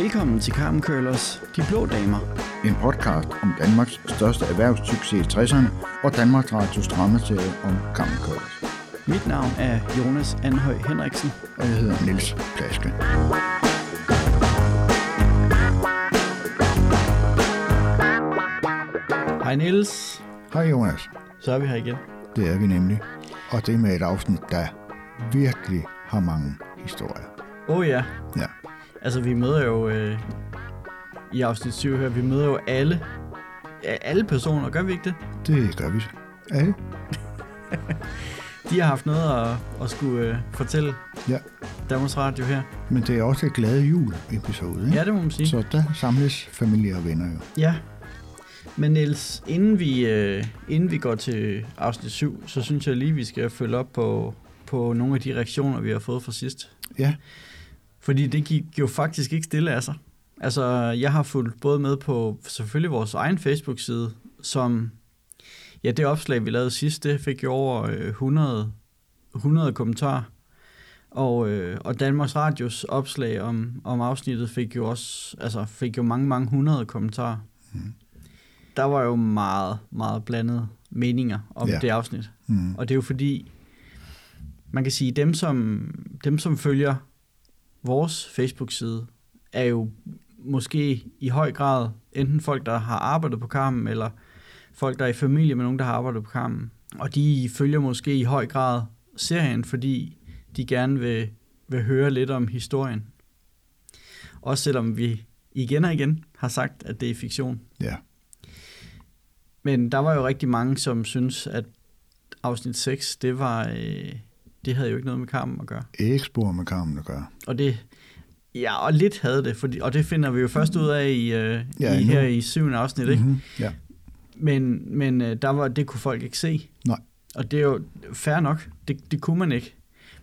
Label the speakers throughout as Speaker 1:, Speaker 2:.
Speaker 1: velkommen til Carmen Køllers De Blå Damer.
Speaker 2: En podcast om Danmarks største erhvervssucces i 60'erne og Danmarks Radios dramaserie om Carmen Køllers.
Speaker 1: Mit navn er Jonas Anhøj Henriksen.
Speaker 2: Og jeg hedder Niels Plaske.
Speaker 1: Hej Niels,
Speaker 2: Hej Jonas,
Speaker 1: så er vi her igen.
Speaker 2: det er vi nemlig. Og det er med et afsnit, der virkelig har mange historier.
Speaker 1: Åh oh, ja,
Speaker 2: Ja,
Speaker 1: altså vi møder jo øh, i afsnit 7 her, vi møder jo alle, ja, alle personer, gør vi ikke det?
Speaker 2: det gør vi. Alle?
Speaker 1: De har haft noget at, at skulle øh, fortælle
Speaker 2: Ja.
Speaker 1: Danmarks Radio her.
Speaker 2: Men det er også et glade jul-episode, ikke?
Speaker 1: Ja, det må man sige.
Speaker 2: Så der samles familie og venner jo.
Speaker 1: Ja. Men Niels, inden vi, øh, inden vi går til afsnit 7, så synes jeg lige, vi skal følge op på, på nogle af de reaktioner, vi har fået fra sidst.
Speaker 2: Ja,
Speaker 1: Fordi det gik jo faktisk ikke stille af sig. Altså, jeg har fulgt både med på selvfølgelig vores egen Facebook-side, som... Ja, det opslag, vi lavede sidst, det fik jo over øh, 100, 100 kommentarer. Og, øh, og Danmarks Radios opslag om, om afsnittet fik jo også altså fik jo mange, mange hundrede kommentarer. Mm.
Speaker 2: Mhm.
Speaker 1: Der var jo meget, meget blandede meninger om
Speaker 2: Ja.
Speaker 1: ja. det afsnit.
Speaker 2: Mm.
Speaker 1: Og det er jo fordi, man kan sige, dem som, dem som følger vores Facebook-side, er jo måske i høj grad enten folk, der har arbejdet på Carmen, eller folk, der er i familie med nogen, der har arbejdet på Carmen. Og de følger måske i høj grad serien, fordi de gerne vil, vil høre lidt om historien. Også selvom vi igen og igen har sagt, at det er fiktion.
Speaker 2: ja.
Speaker 1: Men der var jo rigtig mange, som synes, at afsnit 6, det var... Øh, det havde jo ikke noget med Carmen at gøre.
Speaker 2: Ikke spor med Carmen at gøre.
Speaker 1: Og det... Ja, og lidt havde det, fordi, og det finder vi jo først ud af i, øh,
Speaker 2: Ja,
Speaker 1: ja, i
Speaker 2: nu.
Speaker 1: her i syvende afsnit, ikke? Mm-hmm.
Speaker 2: Ja.
Speaker 1: Men, men øh, der var, det kunne folk ikke se.
Speaker 2: Nej.
Speaker 1: Og det er jo fair nok, det, det kunne man ikke.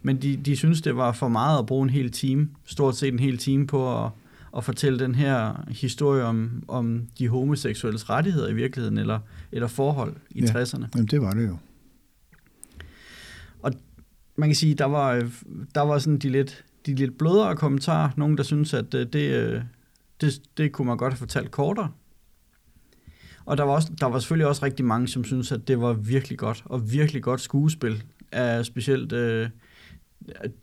Speaker 1: Men de, de synes, det var for meget at bruge en hel time, stort set en hel time på at, at fortælle den her historie om, om de homoseksuelles rettigheder i virkeligheden, eller, eller forhold i
Speaker 2: Ja.
Speaker 1: ja. 60'erne.
Speaker 2: Jamen, det var det jo.
Speaker 1: man kan sige, der var, øh, der var sådan de lidt, de lidt blødere kommentarer. Nogen, der synes at øh, det, øh, det, det kunne man godt have fortalt kortere. Og der var, også, der var selvfølgelig også rigtig mange, som synes at det var virkelig godt, og virkelig godt skuespil af specielt øh,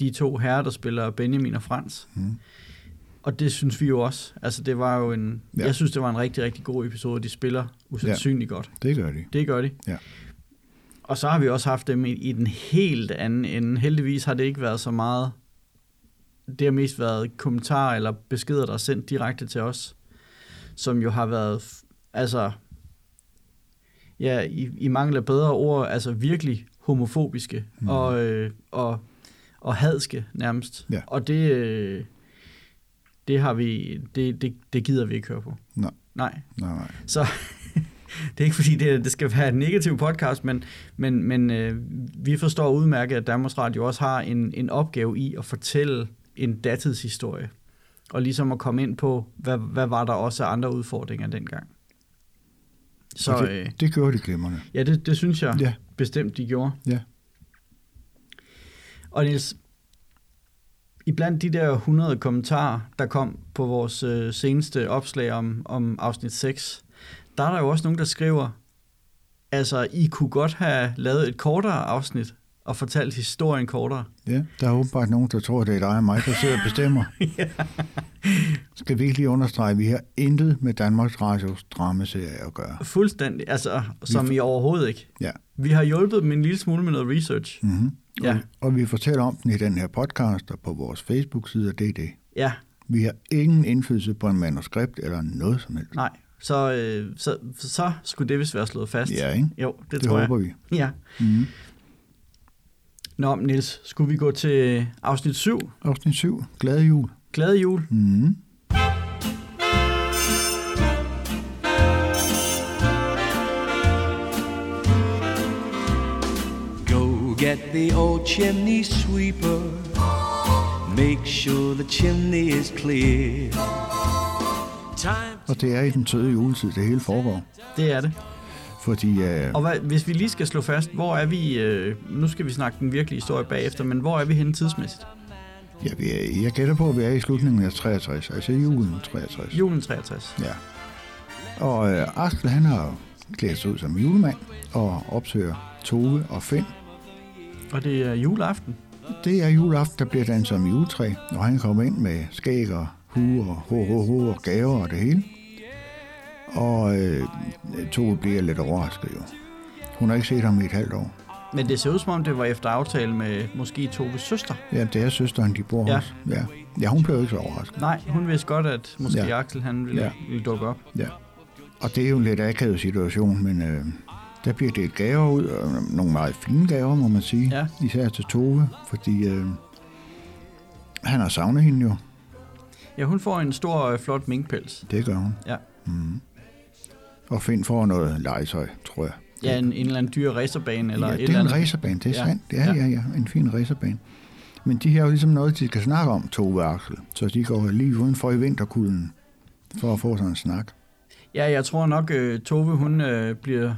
Speaker 1: de to herrer, der spiller Benjamin og Frans.
Speaker 2: Mm.
Speaker 1: Og det synes vi jo også. Altså, det var jo en,
Speaker 2: Ja.
Speaker 1: ja. Jeg synes, det var en rigtig, rigtig god episode. De spiller usandsynligt ja. godt.
Speaker 2: Det gør de.
Speaker 1: Det gør de.
Speaker 2: Ja.
Speaker 1: Og så har vi også haft dem i, i den helt anden ende. Heldigvis har det ikke været så meget. Det har mest været kommentarer eller beskeder, der er sendt direkte til os, som jo har været, f- altså, ja, i, i mangel af bedre ord, altså virkelig homofobiske mm. og, øh, og, og hadske nærmest.
Speaker 2: Ja.
Speaker 1: Og det, øh, det har vi, det, det, det gider vi ikke høre på.
Speaker 2: Nej.
Speaker 1: Nej,
Speaker 2: Nej, nej.
Speaker 1: så det er ikke fordi, det, det skal være en negativ podcast, men, men, men øh, vi forstår udmærket, at Danmarks Radio også har en, en opgave i at fortælle en datidshistorie. Og ligesom at komme ind på, hvad, hvad var der også af andre udfordringer dengang.
Speaker 2: Og
Speaker 1: Så øh,
Speaker 2: det, det gjorde de glimrende.
Speaker 1: ja, det, det synes jeg
Speaker 2: Ja.
Speaker 1: ja. bestemt, de gjorde.
Speaker 2: Ja.
Speaker 1: Og Niels, iblandt de der 100 kommentarer, der kom på vores øh, seneste opslag om, om afsnit 6, der er der jo også nogen, der skriver, altså, I kunne godt have lavet et kortere afsnit og fortalt historien kortere.
Speaker 2: Ja, der er åbenbart nogen, der tror, det er dig og mig, der sidder og bestemmer. Skal vi ikke lige understrege, at vi har intet med Danmarks Radios dramaserie at gøre.
Speaker 1: Fuldstændig, altså, som I overhovedet ikke.
Speaker 2: Ja.
Speaker 1: Vi har hjulpet dem en lille smule med noget research.
Speaker 2: Mm-hmm.
Speaker 1: Ja.
Speaker 2: Og, og vi fortæller om den i den her podcast og på vores Facebook-side, og det er det.
Speaker 1: Ja,
Speaker 2: Vi har ingen indflydelse på en manuskript eller noget som helst.
Speaker 1: nej. Så, øh, så, så skulle det vist være slået fast.
Speaker 2: Ja, ikke?
Speaker 1: Jo, det,
Speaker 2: Det
Speaker 1: tror jeg.
Speaker 2: håber vi.
Speaker 1: Ja.
Speaker 2: Mhm.
Speaker 1: Nå, Nils, skulle vi gå til afsnit 7?
Speaker 2: Afsnit 7. Glade jul.
Speaker 1: Glade jul.
Speaker 2: Mm-hmm.
Speaker 3: Go get the old chimney sweeper. Make sure the chimney is clear. Time
Speaker 2: Og det er i den tøde juletid, det hele foregår.
Speaker 1: Det er det.
Speaker 2: Fordi øh,
Speaker 1: Og hvad, hvis vi lige skal slå fast, hvor er vi... Øh, nu skal vi snakke den virkelige historie bagefter, men hvor er vi henne tidsmæssigt?
Speaker 2: Ja, vi er, jeg gætter på, at vi er i slutningen af 63, altså julen 63.
Speaker 1: Julen 63.
Speaker 2: Ja. Og øh, Askel, han har klædt sig ud som julemand og opsøger Tove og Finn.
Speaker 1: Og det er juleaften.
Speaker 2: Det er juleaften, der bliver danset om juletræ, og han kommer ind med skæg og hue og ho, ho, ho og gaver og det hele. Og øh, Tove bliver lidt overrasket jo. Hun har ikke set ham i et halvt år.
Speaker 1: Men det ser ud som om, det var efter aftale med måske Toves søster.
Speaker 2: Ja, det er søsteren, de bor
Speaker 1: Ja.
Speaker 2: ja. hos. Ja. ja, hun blev ikke så overrasket.
Speaker 1: Nej, hun vidste godt, at måske ja.
Speaker 2: Ja.
Speaker 1: Axel han ville, ja.
Speaker 2: Ja.
Speaker 1: ville dukke op.
Speaker 2: Ja. Og det er jo en lidt akavet situation, men øh, der bliver delt gaver ud, og nogle meget fine gaver, må man sige.
Speaker 1: Ja.
Speaker 2: Især til Tove, fordi øh, han har savnet hende jo.
Speaker 1: Ja, hun får en stor, øh, flot minkpels.
Speaker 2: Det gør hun.
Speaker 1: Ja.
Speaker 2: Mm. Og Finn får noget legetøj, tror jeg.
Speaker 1: Ja, en, en eller anden dyr racerbane eller
Speaker 2: ja,
Speaker 1: et
Speaker 2: det
Speaker 1: eller
Speaker 2: er en
Speaker 1: andet.
Speaker 2: racerbane, det er
Speaker 1: Ja.
Speaker 2: ja. sandt. Ja,
Speaker 1: Ja.
Speaker 2: ja, ja, ja, en fin racerbane. Men de har jo ligesom noget, de skal snakke om, Tove og Axel. Så de går lige udenfor i vinterkulden, for at få sådan en snak.
Speaker 1: Ja, jeg tror nok, øh, Tove, hun øh, bliver...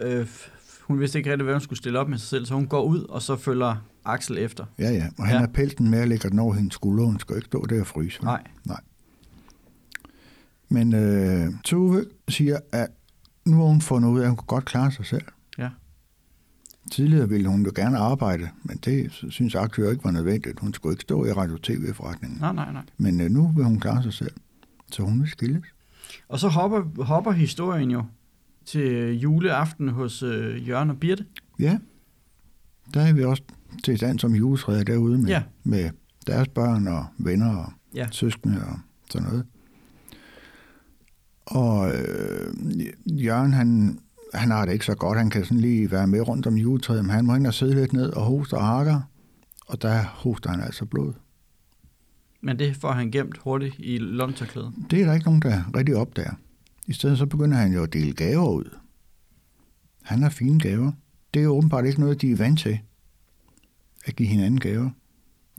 Speaker 1: Øh, f- hun vidste ikke rigtig, hvad hun skulle stille op med sig selv, så hun går ud, og så følger Axel efter.
Speaker 2: Ja, ja. Og han
Speaker 1: Ja.
Speaker 2: ja. har pelten med og lægger den over hendes skulder. Hun skal jo ikke stå der og fryse. vel?
Speaker 1: Nej.
Speaker 2: Nej. Men øh, Tove siger, at nu har hun fundet ud af, at hun kan godt klare sig selv.
Speaker 1: Ja.
Speaker 2: Tidligere ville hun jo gerne arbejde, men det synes Aktiv ikke var nødvendigt. Hun skulle ikke stå i radio-tv-forretningen.
Speaker 1: Nej, nej, nej.
Speaker 2: Men øh, nu vil hun klare sig selv, så hun vil skilles.
Speaker 1: Og så hopper, hopper historien jo til øh, juleaften hos øh, Jørgen og Birte.
Speaker 2: Ja, der er vi også til dans som juletræet derude med,
Speaker 1: Ja.
Speaker 2: ja. med deres børn og venner og
Speaker 1: Ja.
Speaker 2: ja. søskende og sådan noget. Og øh, Jørgen, han, han har det ikke så godt. Han kan sådan lige være med rundt om juletræet, men han må ind og sidde lidt ned og hoste og hakker. Og der hoster han altså blod.
Speaker 1: Men det får han gemt hurtigt i lomtørklædet.
Speaker 2: Det er der ikke nogen, der rigtig opdager. I stedet så begynder han jo at dele gaver ud. Han har fine gaver. Det er jo åbenbart ikke noget, de er vant til. At give hinanden gaver.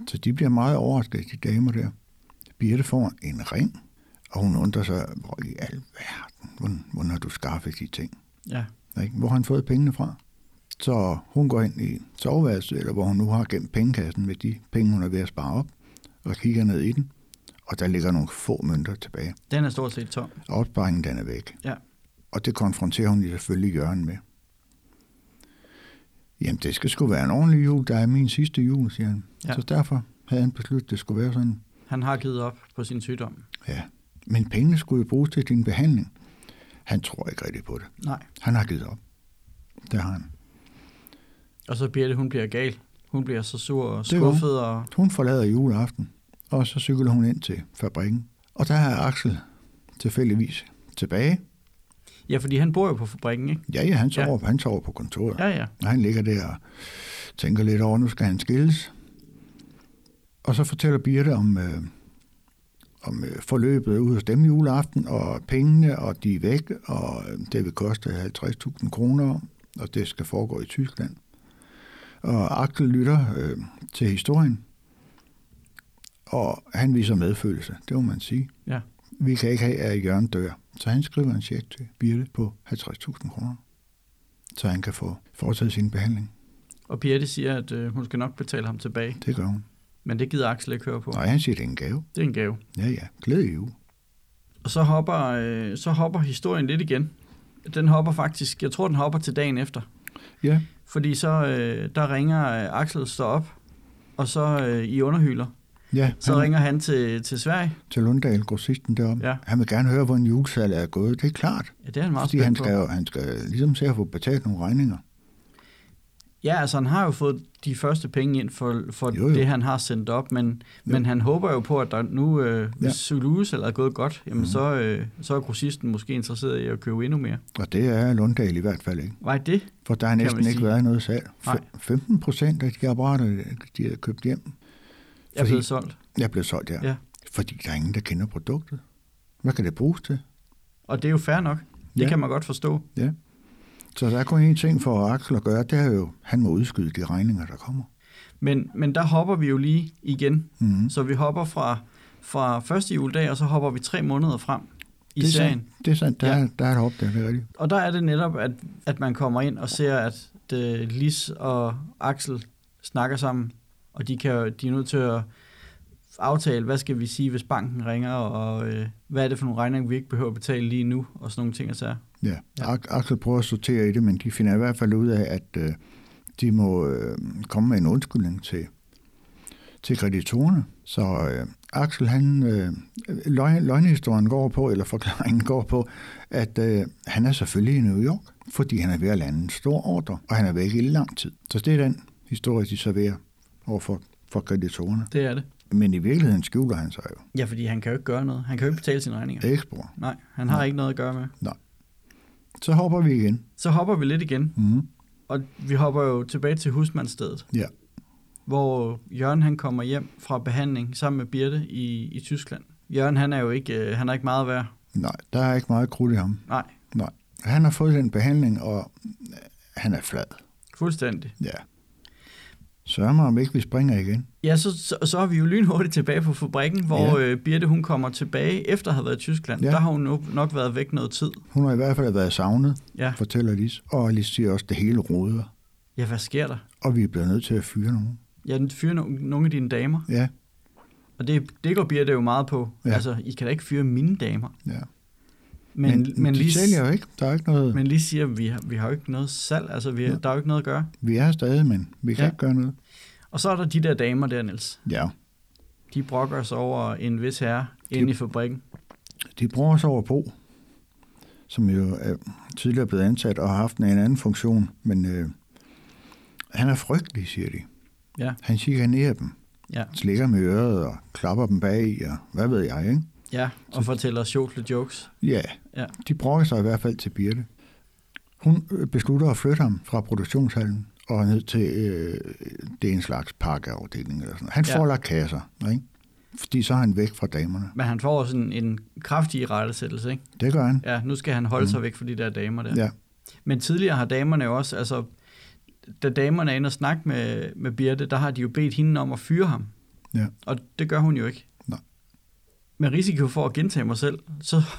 Speaker 2: Så de bliver meget overrasket, de damer der. Birte får en ring, og hun undrer sig, hvor i alverden, hvordan, hvordan har du skaffet de ting?
Speaker 1: Ja.
Speaker 2: Ikke? Hvor har han fået pengene fra? Så hun går ind i soveværelset, eller hvor hun nu har gemt pengekassen med de penge, hun er ved at spare op, og kigger ned i den, og der ligger nogle få mønter tilbage.
Speaker 1: Den er stort set tom.
Speaker 2: Og Opsparingen, den er væk.
Speaker 1: Ja.
Speaker 2: Og det konfronterer hun selvfølgelig Jørgen med. Jamen, det skal sgu være en ordentlig jul. Der er min sidste jul, siger han.
Speaker 1: Ja.
Speaker 2: Ja. Så derfor havde han besluttet, at det skulle være sådan.
Speaker 1: Han har givet op på sin sygdom.
Speaker 2: Ja. Men pengene skulle jo bruges til din behandling. Han tror ikke rigtigt på det.
Speaker 1: Nej.
Speaker 2: Han har givet op. Det har han.
Speaker 1: Og så Birte, hun bliver gal. Hun bliver så sur og
Speaker 2: Det var hun.
Speaker 1: skuffet, og
Speaker 2: Hun forlader juleaften, og så cykler hun ind til fabrikken. Og der er Axel tilfældigvis tilbage.
Speaker 1: Ja, fordi han bor jo på fabrikken, ikke?
Speaker 2: Ja, ja, han sover, ja. han sover på kontoret.
Speaker 1: Ja, ja.
Speaker 2: Og han ligger der og tænker lidt over, nu skal han skilles. Og så fortæller Birte om, øh, om øh, forløbet ud hos dem juleaften, og pengene, og de er væk, og øh, det vil koste 50.000 kroner, og det skal foregå i Tyskland. Og Axel lytter øh, til historien, og han viser medfølelse, det må man sige.
Speaker 1: Ja.
Speaker 2: Vi kan ikke have, at Jørgen dør. Så han skriver en check til Birte på 50.000 kroner, så han kan få foretaget sin behandling.
Speaker 1: Og Birte siger, at øh, hun skal nok betale ham tilbage.
Speaker 2: Det gør hun.
Speaker 1: Men det gider Axel ikke høre på.
Speaker 2: Nej, han siger, det er en gave.
Speaker 1: Det er en gave.
Speaker 2: Ja, ja. Glæde jul.
Speaker 1: Og så hopper, øh, så hopper historien lidt igen. Den hopper faktisk, jeg tror, den hopper til dagen efter.
Speaker 2: Ja.
Speaker 1: Fordi så, øh, der ringer øh, Axel, står op, og så øh, i underhylder.
Speaker 2: Ja,
Speaker 1: Så
Speaker 2: han,
Speaker 1: ringer han til, til Sverige.
Speaker 2: til Lunddal, grossisten deroppe.
Speaker 1: Ja.
Speaker 2: Han vil gerne høre, hvor en julesal er gået. Det er klart,
Speaker 1: Ja, det er han meget
Speaker 2: fordi
Speaker 1: spændt
Speaker 2: han
Speaker 1: på.
Speaker 2: skal, jo- han skal ligesom se at få betalt nogle regninger.
Speaker 1: Ja, altså han har jo fået de første penge ind for, for jo,
Speaker 2: Jo,
Speaker 1: jo.
Speaker 2: jo.
Speaker 1: det, han har sendt op, men, men han håber jo på, at der nu, øh, hvis ja.
Speaker 2: Ja. Mhm.
Speaker 1: Zulus er gået godt, jamen mm. så, øh, så er grossisten måske interesseret i at købe endnu mere.
Speaker 2: Og det er Lunddal i hvert fald ikke.
Speaker 1: Var ikke det?
Speaker 2: For der har
Speaker 1: Kan
Speaker 2: næsten
Speaker 1: man
Speaker 2: ikke
Speaker 1: sige.
Speaker 2: været noget salg. Fe-
Speaker 1: Nej.
Speaker 2: 15 procent af de apparater, de har købt hjem,
Speaker 1: Jeg er
Speaker 2: Fordi-
Speaker 1: blevet solgt.
Speaker 2: er blevet solgt her.
Speaker 1: Ja.
Speaker 2: Fordi der er ingen, der kender produktet. Hvad kan det bruges til?
Speaker 1: Og det er jo fair nok. Det ja.
Speaker 2: Ja.
Speaker 1: kan man godt forstå.
Speaker 2: Ja. Så der er kun én ting for Axel at gøre, det er jo, han må udskyde de regninger, der kommer.
Speaker 1: Men, men der hopper vi jo lige igen.
Speaker 2: Mhm.
Speaker 1: Så vi hopper fra, fra første juledag, og så hopper vi tre måneder frem i
Speaker 2: det er
Speaker 1: serien.
Speaker 2: sandt. Det er sandt. Der,
Speaker 1: Ja.
Speaker 2: ja. der er et opdag, det er rigtigt.
Speaker 1: Og der er det netop, at, at man kommer ind og ser, at uh, Lis og Axel snakker sammen, og de, kan, jo- de er nødt til at aftale, hvad skal vi sige, hvis banken ringer, og øh, hvad er det for nogle regninger, vi ikke behøver at betale lige nu, og sådan nogle ting og sager.
Speaker 2: Ja, ja. Axel prøver at sortere i det, men de finder i hvert fald ud af, at øh, de må øh, komme med en undskyldning til, til kreditorerne. Så øh, Axel, han, øh, løg, løgnehistorien går på, eller forklaringen går på, at øh, han er selvfølgelig i New York, fordi han er ved at lande en stor ordre, og han er væk i lang tid. Så det er den historie, de serverer over for, for kreditorerne.
Speaker 1: Det er det.
Speaker 2: Men i virkeligheden skjuler han sig jo.
Speaker 1: Ja, fordi han kan jo ikke gøre noget. Han kan jo ikke betale sine regninger.
Speaker 2: Ekspor.
Speaker 1: Nej, han har ikke noget at gøre med.
Speaker 2: Så hopper vi igen.
Speaker 1: Så hopper vi lidt igen,
Speaker 2: Mm.
Speaker 1: og vi hopper jo tilbage til husmandstedet,
Speaker 2: Ja.
Speaker 1: hvor Jørgen han kommer hjem fra behandling sammen med Birte i, i Tyskland. Jørgen han er jo ikke, øh, han er ikke meget værd.
Speaker 2: Nej, der er ikke meget krudt i ham.
Speaker 1: Nej,
Speaker 2: Nej. Han har fået den behandling, og øh, han er flad.
Speaker 1: fuldstændig.
Speaker 2: Ja. Sørg mig, om ikke vi springer igen.
Speaker 1: Ja, så, så, så er vi jo lynhurtigt tilbage på fabrikken, hvor ja. øh, Birte hun kommer tilbage efter at have været i Tyskland. Ja.
Speaker 2: Ja.
Speaker 1: Der har hun nok, nok været væk noget tid.
Speaker 2: Hun har i hvert fald været savnet,
Speaker 1: Ja.
Speaker 2: fortæller Lis. Og Lis siger også, at det hele roder,
Speaker 1: Ja, hvad sker der?
Speaker 2: og vi er blevet nødt til at fyre nogen.
Speaker 1: Jeg fyrer no- nogle af dine damer,
Speaker 2: Ja,
Speaker 1: og det, det går Birte jo meget på. Ja.
Speaker 2: Ja.
Speaker 1: Altså, I kan da ikke fyre mine damer.
Speaker 2: ja.
Speaker 1: Men, men, men,
Speaker 2: de
Speaker 1: lige,
Speaker 2: sælger jo ikke. Der er ikke noget. Men,
Speaker 1: men lige siger, vi har, vi har jo ikke noget salg, altså vi, ja. der er jo ikke noget at gøre.
Speaker 2: vi er her stadig, men vi kan
Speaker 1: Ja.
Speaker 2: ja. ikke gøre noget.
Speaker 1: Og så er der de der damer der, Niels.
Speaker 2: Ja.
Speaker 1: De brokker sig over en vis herre inde i fabrikken.
Speaker 2: De bruger os over på, som jo er tidligere blevet ansat og har haft en anden funktion, men øh, han er frygtelig, siger de.
Speaker 1: Ja.
Speaker 2: Han chikanerer dem,
Speaker 1: Ja,
Speaker 2: slikker med øret og klapper dem bag i, og hvad ved jeg, ikke?
Speaker 1: ja og fortæller sjovle jokes.
Speaker 2: Ja,
Speaker 1: Ja.
Speaker 2: de brokker sig i hvert fald til Birte. Hun øh, beslutter at flytte ham fra produktionshallen og ned til, øh, det er en slags pakkeafdeling eller sådan noget. Han
Speaker 1: Ja.
Speaker 2: får lagt kasser, ikke? Fordi så er han væk fra damerne.
Speaker 1: Men han får sådan en kraftig rettesættelse, ikke?
Speaker 2: Det gør han.
Speaker 1: Ja, nu skal han holde mm. sig væk fra de der damer der.
Speaker 2: Ja.
Speaker 1: Men tidligere har damerne jo også, altså, da damerne er inde og snakke med, med Birte, der har de jo bedt hende om at fyre ham.
Speaker 2: Ja.
Speaker 1: Og det gør hun jo ikke.
Speaker 2: Nej.
Speaker 1: Med risiko for at gentage mig selv, så,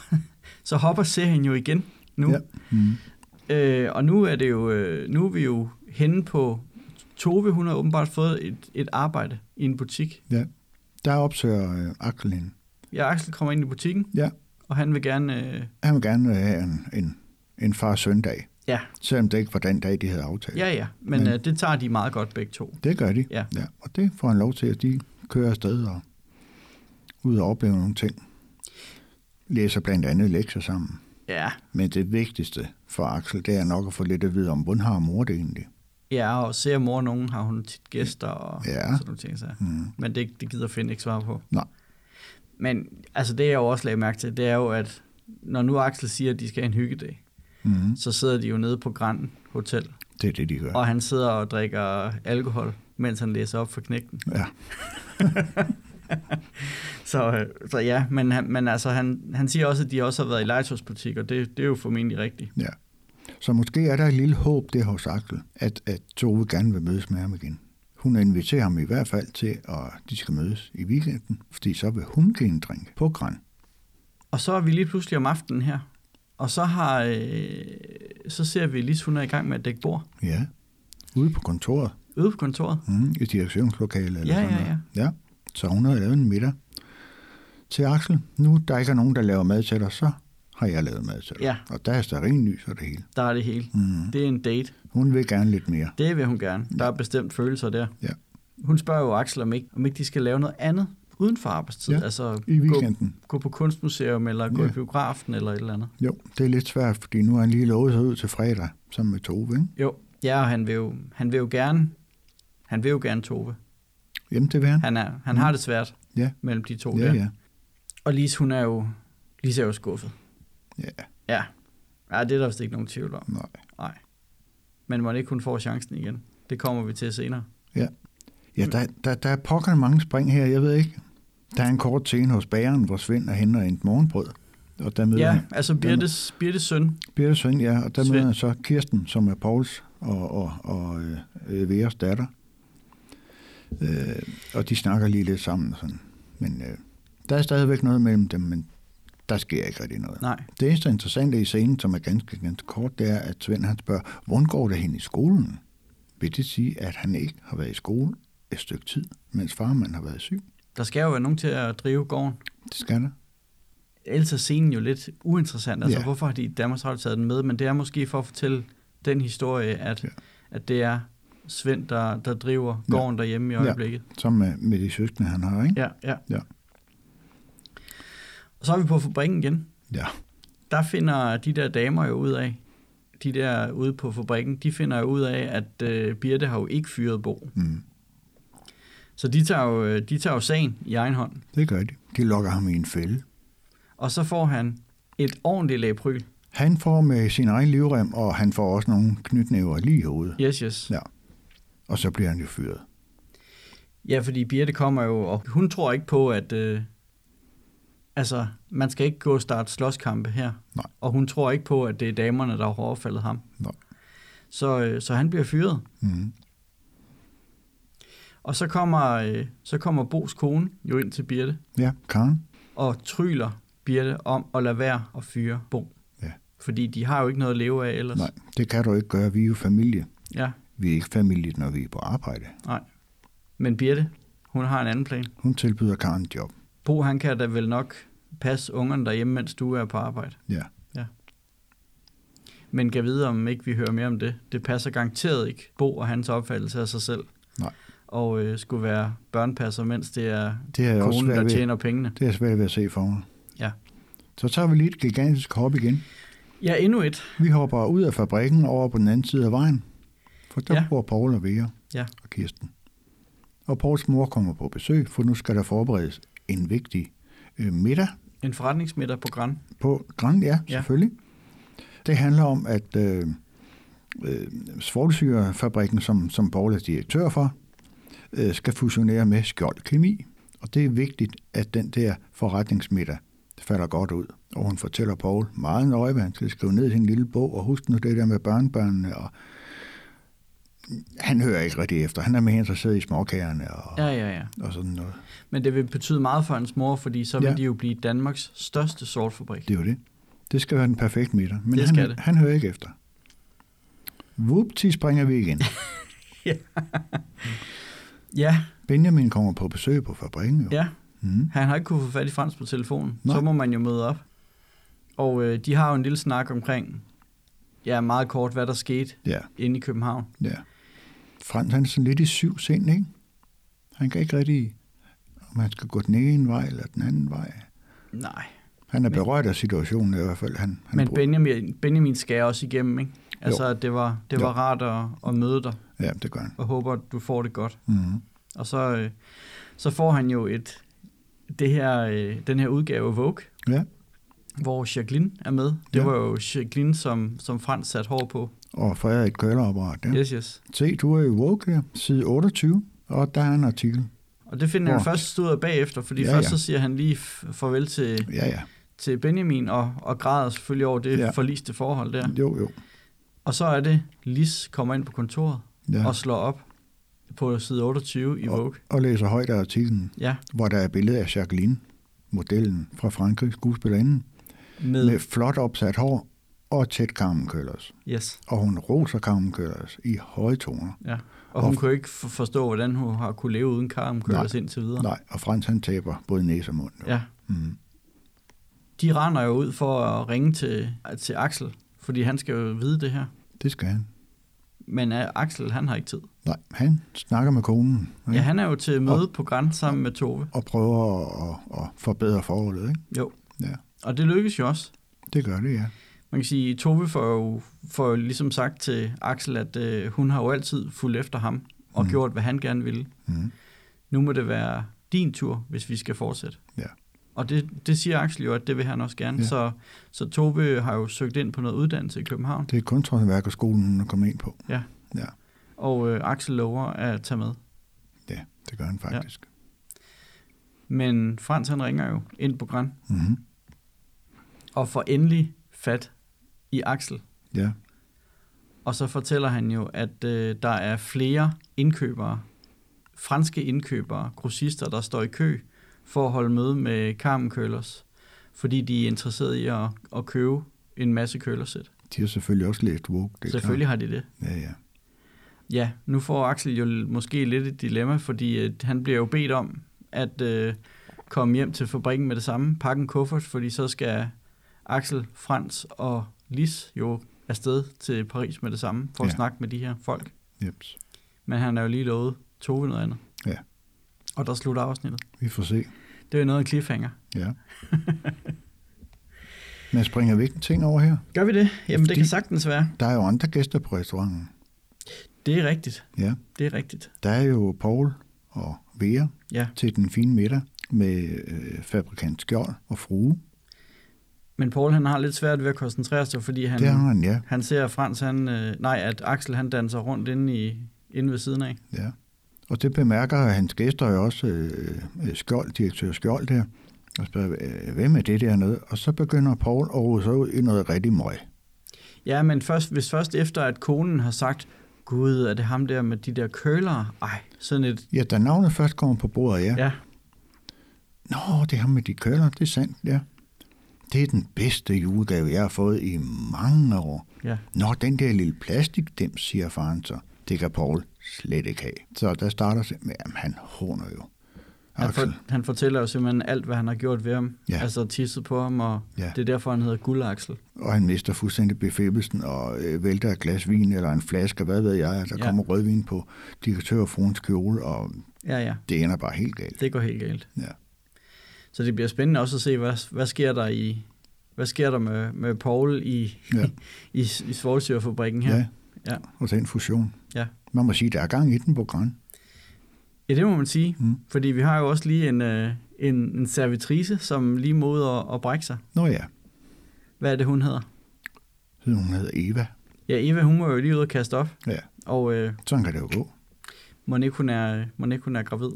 Speaker 1: så hopper serien jo igen nu.
Speaker 2: Ja. Mm.
Speaker 1: Øh, og nu er det jo, øh, nu er vi jo henne på, Tove hun har åbenbart fået et, et arbejde i en butik.
Speaker 2: Ja. Der opsøger øh, Axel hende.
Speaker 1: Ja, Axel kommer ind i butikken,
Speaker 2: Ja,
Speaker 1: og han vil gerne, øh,
Speaker 2: han vil gerne have en, en, en far søndag,
Speaker 1: ja,
Speaker 2: selvom det ikke var den dag, de havde aftalt.
Speaker 1: ja, ja, men
Speaker 2: Men-
Speaker 1: øh, det tager de meget godt begge to.
Speaker 2: Det gør de,
Speaker 1: Ja.
Speaker 2: ja. Og det får han lov til, at de kører afsted og ud og opleve nogle ting. Læser blandt andet lektier sammen.
Speaker 1: Ja,
Speaker 2: Men det vigtigste for Axel, det er nok at få lidt at vide om, hvordan har mor det egentlig?
Speaker 1: ja, og ser mor nogen, har hun tit gæster og
Speaker 2: Ja.
Speaker 1: sådan nogle ting. Så.
Speaker 2: Mm.
Speaker 1: Men det, det gider Finn ikke svare på.
Speaker 2: Nej.
Speaker 1: Men altså det, jeg jo også lagde mærke til, det er jo, at når nu Axel siger, at de skal have en hyggedag,
Speaker 2: Mm.
Speaker 1: så sidder de jo nede på Grand Hotel,
Speaker 2: Det er det, de gør.
Speaker 1: og han sidder og drikker alkohol, mens han læser op for knægten.
Speaker 2: Ja.
Speaker 1: Så, øh, så ja, men, han, men altså, han, han siger også, at de også har været i legetøjsbutik, og det, det er jo formentlig rigtigt.
Speaker 2: ja. Så måske er der et lille håb det hos Axel, at, at Tove gerne vil mødes med ham igen. Hun inviterer ham i hvert fald til, at de skal mødes i weekenden, fordi så vil hun give en drink på Gran.
Speaker 1: Og så er vi lige pludselig om aftenen her, og så har øh, så ser vi, at Lis hun er i gang med at dække bord
Speaker 2: Ja. Ude på kontoret.
Speaker 1: ude på kontoret.
Speaker 2: Mm, I direktionslokalet. Eller
Speaker 1: Ja,
Speaker 2: sådan
Speaker 1: ja,
Speaker 2: noget. ja. Så hun har lavet en middag til Axel. Nu der ikke er nogen, der laver mad til dig, så har jeg lavet mad til dig.
Speaker 1: Ja.
Speaker 2: Og der er starin lys og det hele.
Speaker 1: Der er det hele.
Speaker 2: Mm.
Speaker 1: Det er en date.
Speaker 2: Hun vil gerne lidt mere.
Speaker 1: Det vil hun gerne. Der er bestemt følelser der.
Speaker 2: Ja.
Speaker 1: Hun spørger jo Axel, om ikke, om ikke de skal lave noget andet uden for arbejdstid.
Speaker 2: Ja,
Speaker 1: Altså
Speaker 2: I weekenden.
Speaker 1: Gå, gå på kunstmuseum, eller gå
Speaker 2: Ja.
Speaker 1: i biografen, eller et eller andet.
Speaker 2: Jo, det er lidt svært, fordi nu har han lige lovet sig ud til fredag sammen med Tove. Ikke?
Speaker 1: Jo, ja, og han vil jo, han vil jo gerne, han vil jo gerne Tove.
Speaker 2: Jamen, det vil han.
Speaker 1: Han, er, han har det svært
Speaker 2: Mm. Ja.
Speaker 1: mellem de to
Speaker 2: Ja,
Speaker 1: der.
Speaker 2: ja.
Speaker 1: Og Lise, hun er jo, Lise er jo skuffet.
Speaker 2: Ja,
Speaker 1: Ja. ja, det er der vist ikke nogen tvivl om.
Speaker 2: nej.
Speaker 1: Nej. Men må ikke hun får chancen igen. Det kommer vi til senere.
Speaker 2: Ja, ja der, der, der er pokker mange spring her, jeg ved ikke. Der er en kort scene hos bageren, hvor Svend er henne og henter morgenbrød. Og der møder
Speaker 1: Ja,
Speaker 2: han-
Speaker 1: altså Birtes, Birtes søn,
Speaker 2: Birte Svend, ja, og der
Speaker 1: Svend.
Speaker 2: møder han så Kirsten, som er Pauls og, og, og øh, øh, Veras datter. Øh, og de snakker lige lidt sammen og sådan. Men øh, der er stadigvæk noget mellem dem, men der sker ikke rigtig noget.
Speaker 1: Nej.
Speaker 2: Det eneste interessante i scenen, som er ganske, ganske kort, det er, at Svend han spørger, hvordan går det hen i skolen? Vil det sige, at han ikke har været i skole et stykke tid, mens farmand har været syg?
Speaker 1: Der skal jo være nogen til at drive gården.
Speaker 2: Det skal der.
Speaker 1: Ellers er scenen jo lidt uinteressant. Altså,
Speaker 2: Ja.
Speaker 1: ja. hvorfor har de i Danmarks Radio taget den med? Men det er måske for at fortælle den historie, at,
Speaker 2: Ja.
Speaker 1: ja. at det er Svend, der, der driver
Speaker 2: Ja.
Speaker 1: gården ja. derhjemme i
Speaker 2: Ja.
Speaker 1: øjeblikket.
Speaker 2: Som med, med de søskende, han har, ikke?
Speaker 1: Ja, ja.
Speaker 2: Ja.
Speaker 1: Og så er vi på fabrikken igen.
Speaker 2: Ja.
Speaker 1: Der finder de der damer jo ud af, de der ude på fabrikken, de finder jo ud af, at øh, Birte har jo ikke fyret Bo.
Speaker 2: Mm.
Speaker 1: Så de tager, jo, øh, de tager jo sagen i egen hånd.
Speaker 2: Det gør de. De lokker ham i en fælde.
Speaker 1: Og så får han et ordentligt lag pryl.
Speaker 2: Han får med sin egen livrem, og han får også nogle knytnæver lige i hovedet.
Speaker 1: Yes, yes.
Speaker 2: Ja. Og så bliver han jo fyret.
Speaker 1: Ja, fordi Birte kommer jo, og hun tror ikke på, at... Øh, altså, man skal ikke gå og starte slåskampe her.
Speaker 2: Nej.
Speaker 1: Og hun tror ikke på, at det er damerne, der har overfaldet ham.
Speaker 2: Nej.
Speaker 1: Så, øh, så han bliver fyret.
Speaker 2: Mm.
Speaker 1: Og så kommer, øh, så kommer Bos kone jo ind til Birte
Speaker 2: Ja, Karen.
Speaker 1: og tryller Birte om at lade være at fyre Bo.
Speaker 2: Ja.
Speaker 1: Fordi de har jo ikke noget at leve af ellers.
Speaker 2: Nej, det kan du ikke gøre. Vi er jo familie.
Speaker 1: Ja,
Speaker 2: Vi er ikke familie, når vi er på arbejde.
Speaker 1: nej. Men Birte, hun har en anden plan.
Speaker 2: Hun tilbyder Karen et job.
Speaker 1: Bo, han kan da vel nok passe ungerne derhjemme, mens du er på arbejde.
Speaker 2: Ja.
Speaker 1: Men kan vide, om ikke vi hører mere om det. Det passer garanteret ikke Bo og hans opfattelse af sig selv.
Speaker 2: Nej.
Speaker 1: Og øh, skulle være børnepasser, mens det er
Speaker 2: Det er jeg også
Speaker 1: konen,
Speaker 2: svært
Speaker 1: der
Speaker 2: ved.
Speaker 1: tjener pengene.
Speaker 2: Det er jeg svært ved at se for mig.
Speaker 1: Ja.
Speaker 2: Så tager vi lige et gigantisk hop igen.
Speaker 1: Ja, endnu et.
Speaker 2: Vi hopper ud af fabrikken over på den anden side af vejen. For der ja.
Speaker 1: Ja.
Speaker 2: bor Paul og Vera
Speaker 1: Ja.
Speaker 2: og Kirsten. Og Pauls mor kommer på besøg, for nu skal der forberedes en vigtig øh, middag
Speaker 1: En forretningsmiddag på Gran.
Speaker 2: på Grand, ja,
Speaker 1: Ja.
Speaker 2: selvfølgelig. Det handler om, at øh, øh, svovlsyrefabrikken, som, som Paul er direktør for, øh, skal fusionere med Skjold Kemi. Og det er vigtigt, at den der forretningsmiddag falder godt ud. Og hun fortæller Paul meget nøje, hvad han skal skrive ned i sin lille bog, og husk nu det der med børnebørnene. Og han hører ikke rigtig efter. Han er mere interesseret i småkagerne og, ja.
Speaker 1: Ja, ja, ja.
Speaker 2: og sådan noget.
Speaker 1: Men det vil betyde meget for hans mor, fordi så vil
Speaker 2: Ja.
Speaker 1: ja. de jo blive Danmarks største sortfabrik.
Speaker 2: Det er jo det. Det skal være den perfekte middag. Men
Speaker 1: Det
Speaker 2: han,
Speaker 1: skal det.
Speaker 2: han hører ikke efter. Vupti springer vi igen.
Speaker 1: Ja,
Speaker 2: Benjamin kommer på besøg på fabrikken. Jo.
Speaker 1: ja.
Speaker 2: Mm.
Speaker 1: Han har ikke kunne få fat i Frans på telefonen.
Speaker 2: Nej.
Speaker 1: Nej. Så må man jo møde op. Og øh, de har jo en lille snak omkring, ja, meget kort, hvad der skete
Speaker 2: ja,
Speaker 1: inde i København.
Speaker 2: ja. Frans han er sådan lidt i syv sind, ikke? Han kan ikke rigtig, om han skal gå den ene vej eller den anden vej.
Speaker 1: Nej.
Speaker 2: Han er berørt af situationen i hvert fald. Han, han
Speaker 1: Men
Speaker 2: bruger-
Speaker 1: Benjamin, Benjamin skærer også igennem, ikke? Altså,
Speaker 2: Jo.
Speaker 1: at det var, det var
Speaker 2: Jo.
Speaker 1: rart at, at møde dig,
Speaker 2: Ja, det gør han.
Speaker 1: og håber, at du får det godt.
Speaker 2: Mm.
Speaker 1: Og så, øh, så får han jo et, det her, øh, den her udgave af Vogue,
Speaker 2: Ja,
Speaker 1: hvor Jacqueline er med. Det
Speaker 2: Ja.
Speaker 1: var jo Jacqueline, som, som Frans satte hår på.
Speaker 2: og Frederik et kølerapparat. Ja.
Speaker 1: Yes, yes.
Speaker 2: Se, du er i Woke her, side 28, og der er en artikel.
Speaker 1: Og det finder han
Speaker 2: Hvor-
Speaker 1: først ud af bagefter, fordi
Speaker 2: Ja,
Speaker 1: ja, først
Speaker 2: ja.
Speaker 1: så siger han lige f- farvel til,
Speaker 2: Ja, ja.
Speaker 1: til Benjamin, og, og græder selvfølgelig over det
Speaker 2: Ja.
Speaker 1: ja. forliste forhold der.
Speaker 2: Jo, jo.
Speaker 1: Og så er det, Lis kommer ind på kontoret
Speaker 2: Ja.
Speaker 1: ja. og slår op på side 28 i Vogue.
Speaker 2: og læser højt af artiklen,
Speaker 1: Ja,
Speaker 2: hvor der er et billede af Jacqueline, modellen fra Frankrig, skuespillerinden,
Speaker 1: med,
Speaker 2: med flot opsat hår og tæt Carmen Køllers.
Speaker 1: yes.
Speaker 2: Og hun roser Carmen Køllers i høje toner.
Speaker 1: Ja.
Speaker 2: Og
Speaker 1: Og hun
Speaker 2: f-
Speaker 1: kunne jo ikke for- forstå, hvordan hun har kunne leve uden Karim Køllers indtil videre.
Speaker 2: Nej, og Frans han taber både næse og mund.
Speaker 1: Ja.
Speaker 2: Mm.
Speaker 1: De render jo ud for at ringe til, til Axel, fordi han skal jo vide det her.
Speaker 2: Det skal han.
Speaker 1: Men øh, Axel, han har ikke tid.
Speaker 2: Nej, han snakker med konen ikke?
Speaker 1: Ja, han er jo til møde på Grand sammen med Tove.
Speaker 2: og prøver at, at, at forbedre forholdet. Ikke?
Speaker 1: Jo.
Speaker 2: Ja.
Speaker 1: Og det lykkes jo også.
Speaker 2: Det gør det, ja.
Speaker 1: Man kan sige, Tove får jo, får jo ligesom sagt til Axel, at øh, hun har jo altid fulgt efter ham og
Speaker 2: Mm.
Speaker 1: mm. gjort, hvad han gerne ville.
Speaker 2: Mm.
Speaker 1: Nu må det være din tur, hvis vi skal fortsætte.
Speaker 2: Ja.
Speaker 1: Og det, det siger Axel jo, at det vil han også gerne.
Speaker 2: Ja.
Speaker 1: Ja. Så, så Tove har jo søgt ind på noget uddannelse i København,
Speaker 2: Det er kunsthåndværkerskolen, hun er kommet ind på.
Speaker 1: Ja.
Speaker 2: Ja,
Speaker 1: og øh, Axel lover at tage med.
Speaker 2: ja det gør han faktisk.
Speaker 1: Men Frans han ringer jo ind på Gran
Speaker 2: Ja. Mm-hmm.
Speaker 1: og får endelig fat i Axel.
Speaker 2: ja.
Speaker 1: Og så fortæller han jo, at øh, der er flere indkøbere, franske indkøbere, grossister, der står i kø for at holde møde med Carmen Køllers, fordi de er interesserede i at, at købe en masse kølersæt.
Speaker 2: De har selvfølgelig også læst Vogue. det er
Speaker 1: Selvfølgelig har de det.
Speaker 2: Klart. Ja, ja.
Speaker 1: Ja, nu får Axel jo måske lidt et dilemma, fordi øh, han bliver jo bedt om at øh, komme hjem til fabrikken med det samme, pakke en kuffert, fordi så skal Axel, Frans og Lis jo afsted til Paris med det samme, for ja. at
Speaker 2: Ja.
Speaker 1: snakke med de her folk.
Speaker 2: Jeps.
Speaker 1: Men han er jo lige lovet Tove noget andet.
Speaker 2: Ja.
Speaker 1: Og der slutter afsnittet.
Speaker 2: Vi får se.
Speaker 1: Det er jo noget af en cliffhanger.
Speaker 2: Ja. Men springer vi ikke en ting over her?
Speaker 1: Gør vi det? Jamen, det
Speaker 2: Fordi-
Speaker 1: kan sagtens være.
Speaker 2: Der er jo andre gæster på restauranten.
Speaker 1: Det er rigtigt.
Speaker 2: Ja.
Speaker 1: Det er rigtigt.
Speaker 2: Der er jo Paul og Vera
Speaker 1: Ja.
Speaker 2: til den fine middag med øh, fabrikant Skjold og frue.
Speaker 1: Men Paul, han har lidt svært ved at koncentrere sig, fordi han,
Speaker 2: Det har han, ja.
Speaker 1: han ser at Frans, han, øh, nej, at Axel, han danser rundt inde, i, inde ved siden af.
Speaker 2: Ja. Og det bemærker hans gæster jo også, øh, øh, Skjold, direktør Skjold der, og spørger, øh, hvem er det der noget? Og så begynder Paul at rode sig ud i noget rigtig møg.
Speaker 1: Ja, men først, hvis først efter, at konen har sagt, gud, er det ham der med de der køler? Ej, sådan et,
Speaker 2: Ja, da navnet først kommer på bordet, ja.
Speaker 1: ja.
Speaker 2: ja.
Speaker 1: ja.
Speaker 2: Nå, det er ham med de køller, det er sandt, ja. Det er den bedste julegave, jeg har fået i mange år.
Speaker 1: Ja,
Speaker 2: Nå, den der lille plastikdem, siger faren så. Det kan Paul slet ikke have. Så der starter sig med, at han håner jo.
Speaker 1: han,
Speaker 2: Axel,
Speaker 1: for, han fortæller jo simpelthen alt, hvad han har gjort ved ham.
Speaker 2: Ja.
Speaker 1: Altså tisset på ham, og
Speaker 2: Ja.
Speaker 1: det er derfor, han hedder Guldaksel.
Speaker 2: og han mister fuldstændig befæbelsen og øh, vælter et glas vin eller en flaske, hvad ved jeg. Altså,
Speaker 1: Ja.
Speaker 2: Der ja. kommer rødvin på direktør Fruens kjole, og
Speaker 1: Ja, ja,
Speaker 2: det ender bare helt galt.
Speaker 1: det går helt galt.
Speaker 2: Ja.
Speaker 1: Så det bliver spændende også at se, hvad, hvad sker der i hvad sker der med, med Paul i, ja.
Speaker 2: Ja.
Speaker 1: i, i Svolsøerfabrikken her?
Speaker 2: ja.
Speaker 1: Ja.
Speaker 2: Og den fusion.
Speaker 1: Ja.
Speaker 2: Man må sige, der er gang i den på græn.
Speaker 1: ja, det må man sige.
Speaker 2: Mm.
Speaker 1: Fordi vi har jo også lige en, øh, en, en servitrice, som lige måde at, at brække sig.
Speaker 2: Nå ja,
Speaker 1: Hvad er det, hun hedder?
Speaker 2: Hed hun hedder Eva.
Speaker 1: Ja, Eva, hun var jo lige ude og kaste op,
Speaker 2: Ja,
Speaker 1: og øh,
Speaker 2: sådan kan det jo gå.
Speaker 1: må ikke hun er, mon ikke hun er gravid.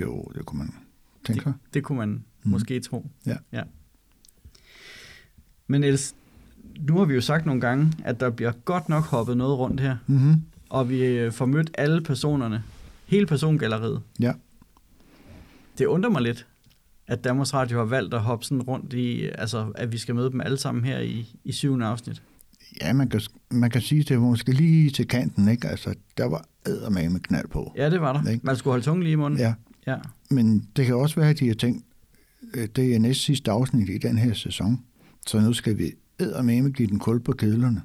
Speaker 2: Jo, det kunne man tænke sig.
Speaker 1: Det kunne man mm.
Speaker 2: Mhm.
Speaker 1: måske tro.
Speaker 2: Ja.
Speaker 1: ja. Men ellers, nu har vi jo sagt nogle gange, at der bliver godt nok hoppet noget rundt her,
Speaker 2: Mm-hmm.
Speaker 1: og vi øh, får mødt alle personerne, hele persongalleriet.
Speaker 2: Ja.
Speaker 1: Det undrer mig lidt, at Danmarks Radio har valgt at hoppe sådan rundt i, altså at vi skal møde dem alle sammen her i, i syvende afsnit.
Speaker 2: Ja, man kan, man kan sige, at det var måske lige til kanten, ikke? Altså, der var eddermame med knald på.
Speaker 1: Ja, det var der.
Speaker 2: Ikke?
Speaker 1: Man skulle holde tungen lige i munden.
Speaker 2: Ja,
Speaker 1: ja.
Speaker 2: men det kan også være, at de har tænkt, øh, det er næst sidste afsnit i den her sæson, så nu skal vi eddermame give den kul på kedlerne.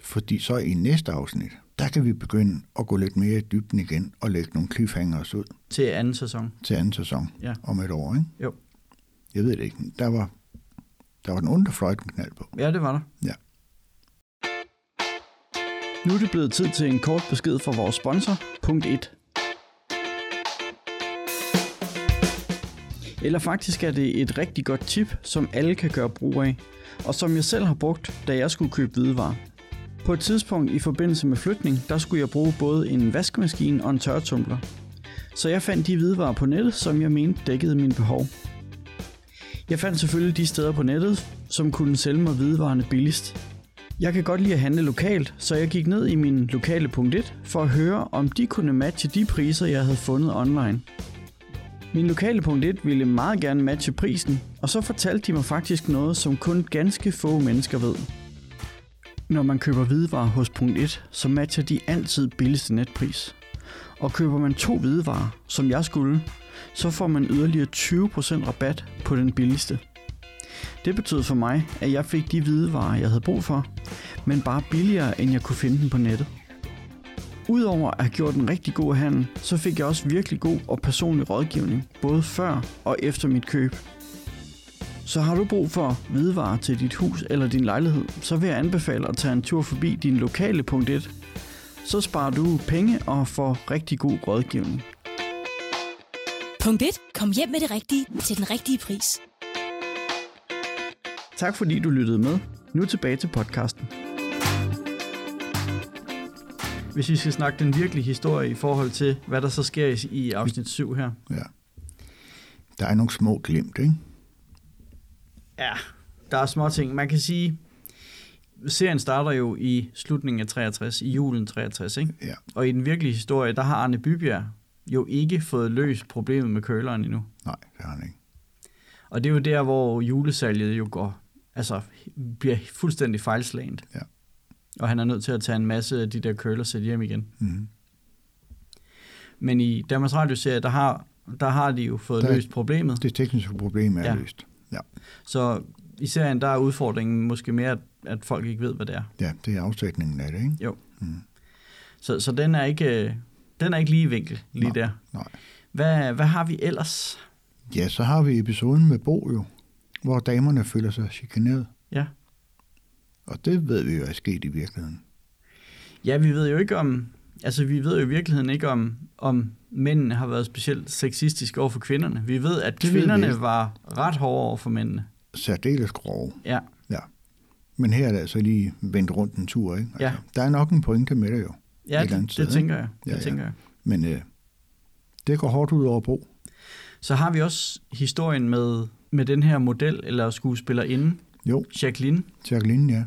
Speaker 2: Fordi så i næste afsnit, der kan vi begynde at gå lidt mere i dybden igen og lægge nogle cliffhangers ud
Speaker 1: Til anden sæson.
Speaker 2: til anden sæson
Speaker 1: Ja.
Speaker 2: om et år, ikke?
Speaker 1: Jo.
Speaker 2: Jeg ved det ikke. men Der var, der var den underfløjten knald på.
Speaker 1: Ja, det var der.
Speaker 2: Ja.
Speaker 1: Nu er det blevet tid til en kort besked fra vores sponsor, punkt 1. Eller faktisk er det et rigtig godt tip, som alle kan gøre brug af, og som jeg selv har brugt, da jeg skulle købe hvidevarer. På et tidspunkt i forbindelse med flytning, der skulle jeg bruge både en vaskemaskine og en tørretumbler. Så jeg fandt de hvidevarer på nettet, som jeg mente dækkede mine behov. Jeg fandt selvfølgelig de steder på nettet, som kunne sælge mig hvidevarerne billigst. Jeg kan godt lide at handle lokalt, så jeg gik ned i min lokale punkt 1 for at høre, om de kunne matche de priser, jeg havde fundet online. Min lokale punkt 1 ville meget gerne matche prisen, og så fortalte de mig faktisk noget, som kun ganske få mennesker ved. Når man køber hvidevarer hos punkt 1, så matcher de altid billigste netpris. Og køber man to hvidevarer, som jeg skulle, så får man yderligere 20% rabat på den billigste. Det betød for mig, at jeg fik de hvidevarer, jeg havde brug for, men bare billigere, end jeg kunne finde dem på nettet. Udover at have gjort en rigtig god handel, så fik jeg også virkelig god og personlig rådgivning, både før og efter mit køb. Så har du brug for hvidevarer til dit hus eller din lejlighed, så vil jeg anbefale at tage en tur forbi din lokale punkt 1. Så sparer du penge og får rigtig god rådgivning.
Speaker 4: Punkt 1. Kom hjem med det rigtige til den rigtige pris.
Speaker 1: Tak fordi du lyttede med. Nu tilbage til podcasten. Hvis vi skal snakke den virkelige historie i forhold til, hvad der så sker i- i afsnit 7 her.
Speaker 2: Ja. Der er nogle små glimt, ikke?
Speaker 1: Ja, der er små ting. Man kan sige, serien starter jo i slutningen af 63, i julen 63, ikke?
Speaker 2: Ja.
Speaker 1: Og i den virkelige historie, der har Arne Bybjerg jo ikke fået løst problemet med køleren endnu.
Speaker 2: Nej, det har han ikke.
Speaker 1: Og det er jo der, hvor julesalget jo går, altså bliver fuldstændig fejlslagent.
Speaker 2: Ja.
Speaker 1: Og han er nødt til at tage en masse af de der køler sæt hjem igen.
Speaker 2: Mm-hmm.
Speaker 1: Men i Danmarks radio serie der har der har de jo fået
Speaker 2: Der-
Speaker 1: der, løst problemet.
Speaker 2: Det tekniske problem er ja.
Speaker 1: Ja.
Speaker 2: løst. Ja.
Speaker 1: Så i serien, der er udfordringen måske mere, at, at folk ikke ved, hvad det er.
Speaker 2: ja, det er afsætningen af det, ikke? Mm-hmm.
Speaker 1: Jo. Mm. Så, så den, er ikke, øh, den er ikke lige i vinkel, lige
Speaker 2: Nej,
Speaker 1: der.
Speaker 2: Nej.
Speaker 1: Hvad, hvad har vi ellers?
Speaker 2: Ja, så har vi episoden med Bo jo, hvor damerne føler sig chikaneret.
Speaker 1: Ja.
Speaker 2: Og det ved vi jo er sket i virkeligheden.
Speaker 1: ja, vi ved jo ikke om... Altså, vi ved jo i virkeligheden ikke, om, om mændene har været specielt sexistiske over for kvinderne. Vi ved, at
Speaker 2: Det ved vi
Speaker 1: kvinderne
Speaker 2: ikke.
Speaker 1: var ret hårde over for mændene.
Speaker 2: Særdeles grove.
Speaker 1: Ja,
Speaker 2: Ja. Men her er det altså lige vendt rundt en tur, ikke? Altså,
Speaker 1: Ja.
Speaker 2: Der er nok en pointe med det jo. Et
Speaker 1: ja
Speaker 2: eller andet
Speaker 1: det,
Speaker 2: sted,
Speaker 1: det
Speaker 2: ikke?
Speaker 1: tænker jeg. Det
Speaker 2: Ja, ja.
Speaker 1: tænker jeg.
Speaker 2: Men øh, det går hårdt ud over Bo.
Speaker 1: Så har vi også historien med, med den her model eller skuespillerinde,
Speaker 2: Jo,
Speaker 1: Jacqueline.
Speaker 2: Jacqueline, ja.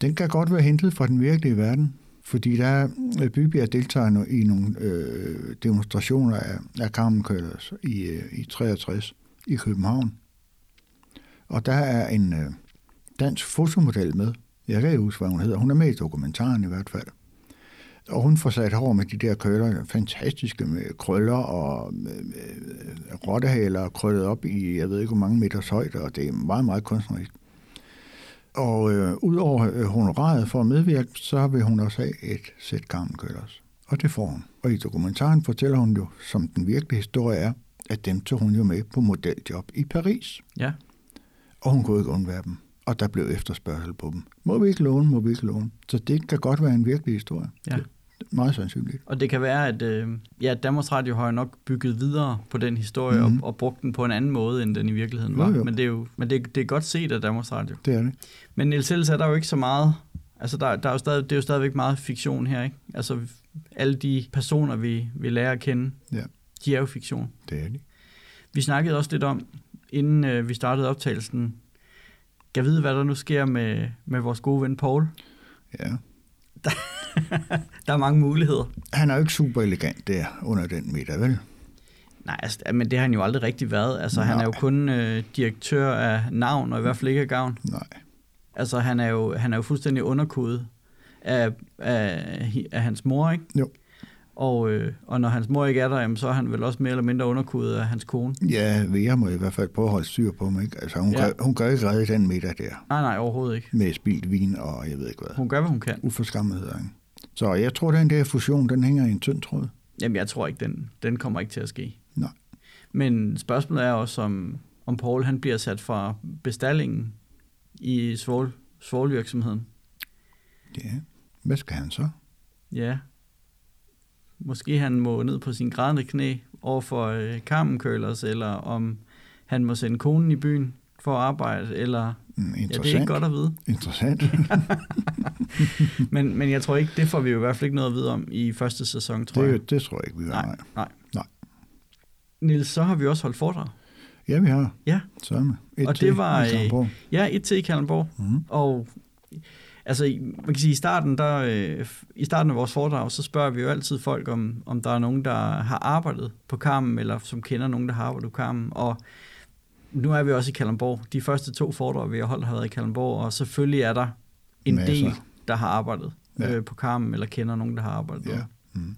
Speaker 2: Den kan godt være hentet fra den virkelige verden, fordi der er øh, Bybjerg deltager nu i nogle øh, demonstrationer af, af Carmen Køllers i, øh, i 63 i København. Og der er en øh, dansk fotomodel med. Jeg kan ikke huske, hvad hun hedder. Hun er med i dokumentaren i hvert fald. Og hun får sat hår med de der køller, fantastiske med krøller og øh, øh, rottehaler krøllet op i, jeg ved ikke, hvor mange meters højde, og det er meget, meget kunstnerisk. Og øh, udover øh, honoraret for at medvirke, så vil hun også have et sæt garnkøllers. Og det får hun. Og i dokumentaren fortæller hun jo, som den virkelige historie er, at dem tog hun jo med på modeljob i Paris.
Speaker 1: Ja.
Speaker 2: Og hun kunne ikke undvære dem. Og der blev efterspørgsel på dem. Må vi ikke låne, må vi ikke låne. Så det kan godt være en virkelig historie.
Speaker 1: Ja.
Speaker 2: Det er meget sandsynligt.
Speaker 1: Og det kan være, at øh, ja, Danmarks Radio har jo nok bygget videre på den historie mm-hmm. og, og brugt den på en anden måde, end den i virkeligheden var.
Speaker 2: Mhm. Jo, jo.
Speaker 1: Men, det er jo, men det, det er godt set af Danmarks Radio.
Speaker 2: Det er det.
Speaker 1: Men Niels Hells er der jo ikke så meget... Altså, der, der er jo stadig, det er jo stadigvæk meget fiktion her, ikke? Altså, alle de personer, vi, vi lærer at kende,
Speaker 2: Ja,
Speaker 1: de er jo fiktion.
Speaker 2: det er det.
Speaker 1: Vi snakkede også lidt om, inden øh, vi startede optagelsen, jeg ved, hvad der nu sker med, med vores gode ven Paul.
Speaker 2: Ja.
Speaker 1: Der er mange muligheder.
Speaker 2: Han er jo ikke super elegant der under den middag, vel?
Speaker 1: Nej, altså, men det har han jo aldrig rigtig været. Altså, Nej. han er jo
Speaker 2: Nej.
Speaker 1: kun øh, direktør af navn, og i hvert fald ikke af gavn.
Speaker 2: Nej.
Speaker 1: Altså, han er jo, han er jo fuldstændig underkodet af, af, hi- af hans mor, ikke?
Speaker 2: Jo.
Speaker 1: Og, øh, og når hans mor ikke er der, jamen, så er han vel også mere eller mindre underkodet af hans kone.
Speaker 2: Ja, Vera må i hvert fald prøve at holde styr på mig. Ikke? Altså, hun, ja.
Speaker 1: Ja.
Speaker 2: gør, hun gør ikke redde den middag der
Speaker 1: Nej, nej, overhovedet ikke.
Speaker 2: med spildt vin og jeg ved ikke hvad.
Speaker 1: Hun gør, hvad hun kan.
Speaker 2: Uforskammetheder. Ikke? Så jeg tror, den der fusion, den hænger i en tynd tråd.
Speaker 1: Jamen, jeg tror ikke, den, den kommer ikke til at ske.
Speaker 2: Nej.
Speaker 1: Men spørgsmålet er også, om, om Paul han bliver sat fra bestallingen i svol, svolvirksomheden.
Speaker 2: Ja. Hvad skal han så?
Speaker 1: Ja. Måske han må ned på sin grædende knæ over for øh, Carmen Curlers, eller om han må sende konen i byen for at arbejde, eller...
Speaker 2: Mm,
Speaker 1: Ja,
Speaker 2: interessant.
Speaker 1: det er ikke godt at vide.
Speaker 2: Interessant.
Speaker 1: Men, men jeg tror ikke, det får vi jo i hvert fald ikke noget at vide om i første sæson, tror jeg.
Speaker 2: det, det tror jeg ikke, vi gør.
Speaker 1: Nej,
Speaker 2: Nej.
Speaker 1: nej.
Speaker 2: Nej.
Speaker 1: Niels, så har vi også holdt foredrag.
Speaker 2: Ja, vi har.
Speaker 1: Ja,
Speaker 2: Sørme. Et
Speaker 1: Og det
Speaker 2: til
Speaker 1: var, øh,
Speaker 2: i Kalundborg.
Speaker 1: ja et til i Kalundborg.
Speaker 2: Mhm.
Speaker 1: Og altså, i- man kan sige, i starten, der, øh, i starten af vores foredrag, så spørger vi jo altid folk, om, om der er nogen, der har arbejdet på Carmen, eller som kender nogen, der har arbejdet på Carmen. Og nu er vi også i Kalundborg. De første to foredrag, vi har holdt, har været i Kalundborg, og selvfølgelig er der en
Speaker 2: Masser.
Speaker 1: Masser. del, der har arbejdet
Speaker 2: Ja.
Speaker 1: ja. øh, på Carmen, eller kender nogen, der har arbejdet
Speaker 2: Ja.
Speaker 1: der.
Speaker 2: Mm.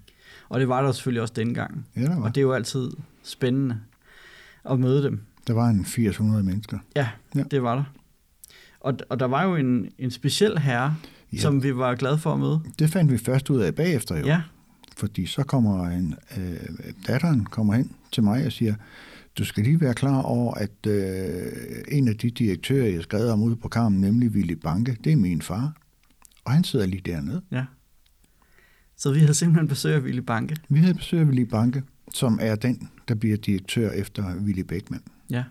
Speaker 1: Og det var der selvfølgelig også dengang.
Speaker 2: Ja, der var.
Speaker 1: Og det er jo altid spændende at møde dem.
Speaker 2: Der var en 800 mennesker.
Speaker 1: Ja,
Speaker 2: Ja.
Speaker 1: ja. det var der. Og, og der var jo en, en speciel herre,
Speaker 2: Ja.
Speaker 1: ja. som vi var glade for at møde.
Speaker 2: Det fandt vi først ud af bagefter jo.
Speaker 1: Ja,
Speaker 2: Fordi så kommer en, øh, datteren kommer hen til mig og siger, du skal lige være klar over, at øh, en af de direktører, jeg skrev om ude på kampen, nemlig Willy Banke, det er min far. Og han sidder lige dernede.
Speaker 1: ja. Så vi havde simpelthen besøg af Willy Banke.
Speaker 2: Vi havde besøg af Willy Banke, som er den, der bliver direktør efter Willy Beckmann.
Speaker 1: Ja.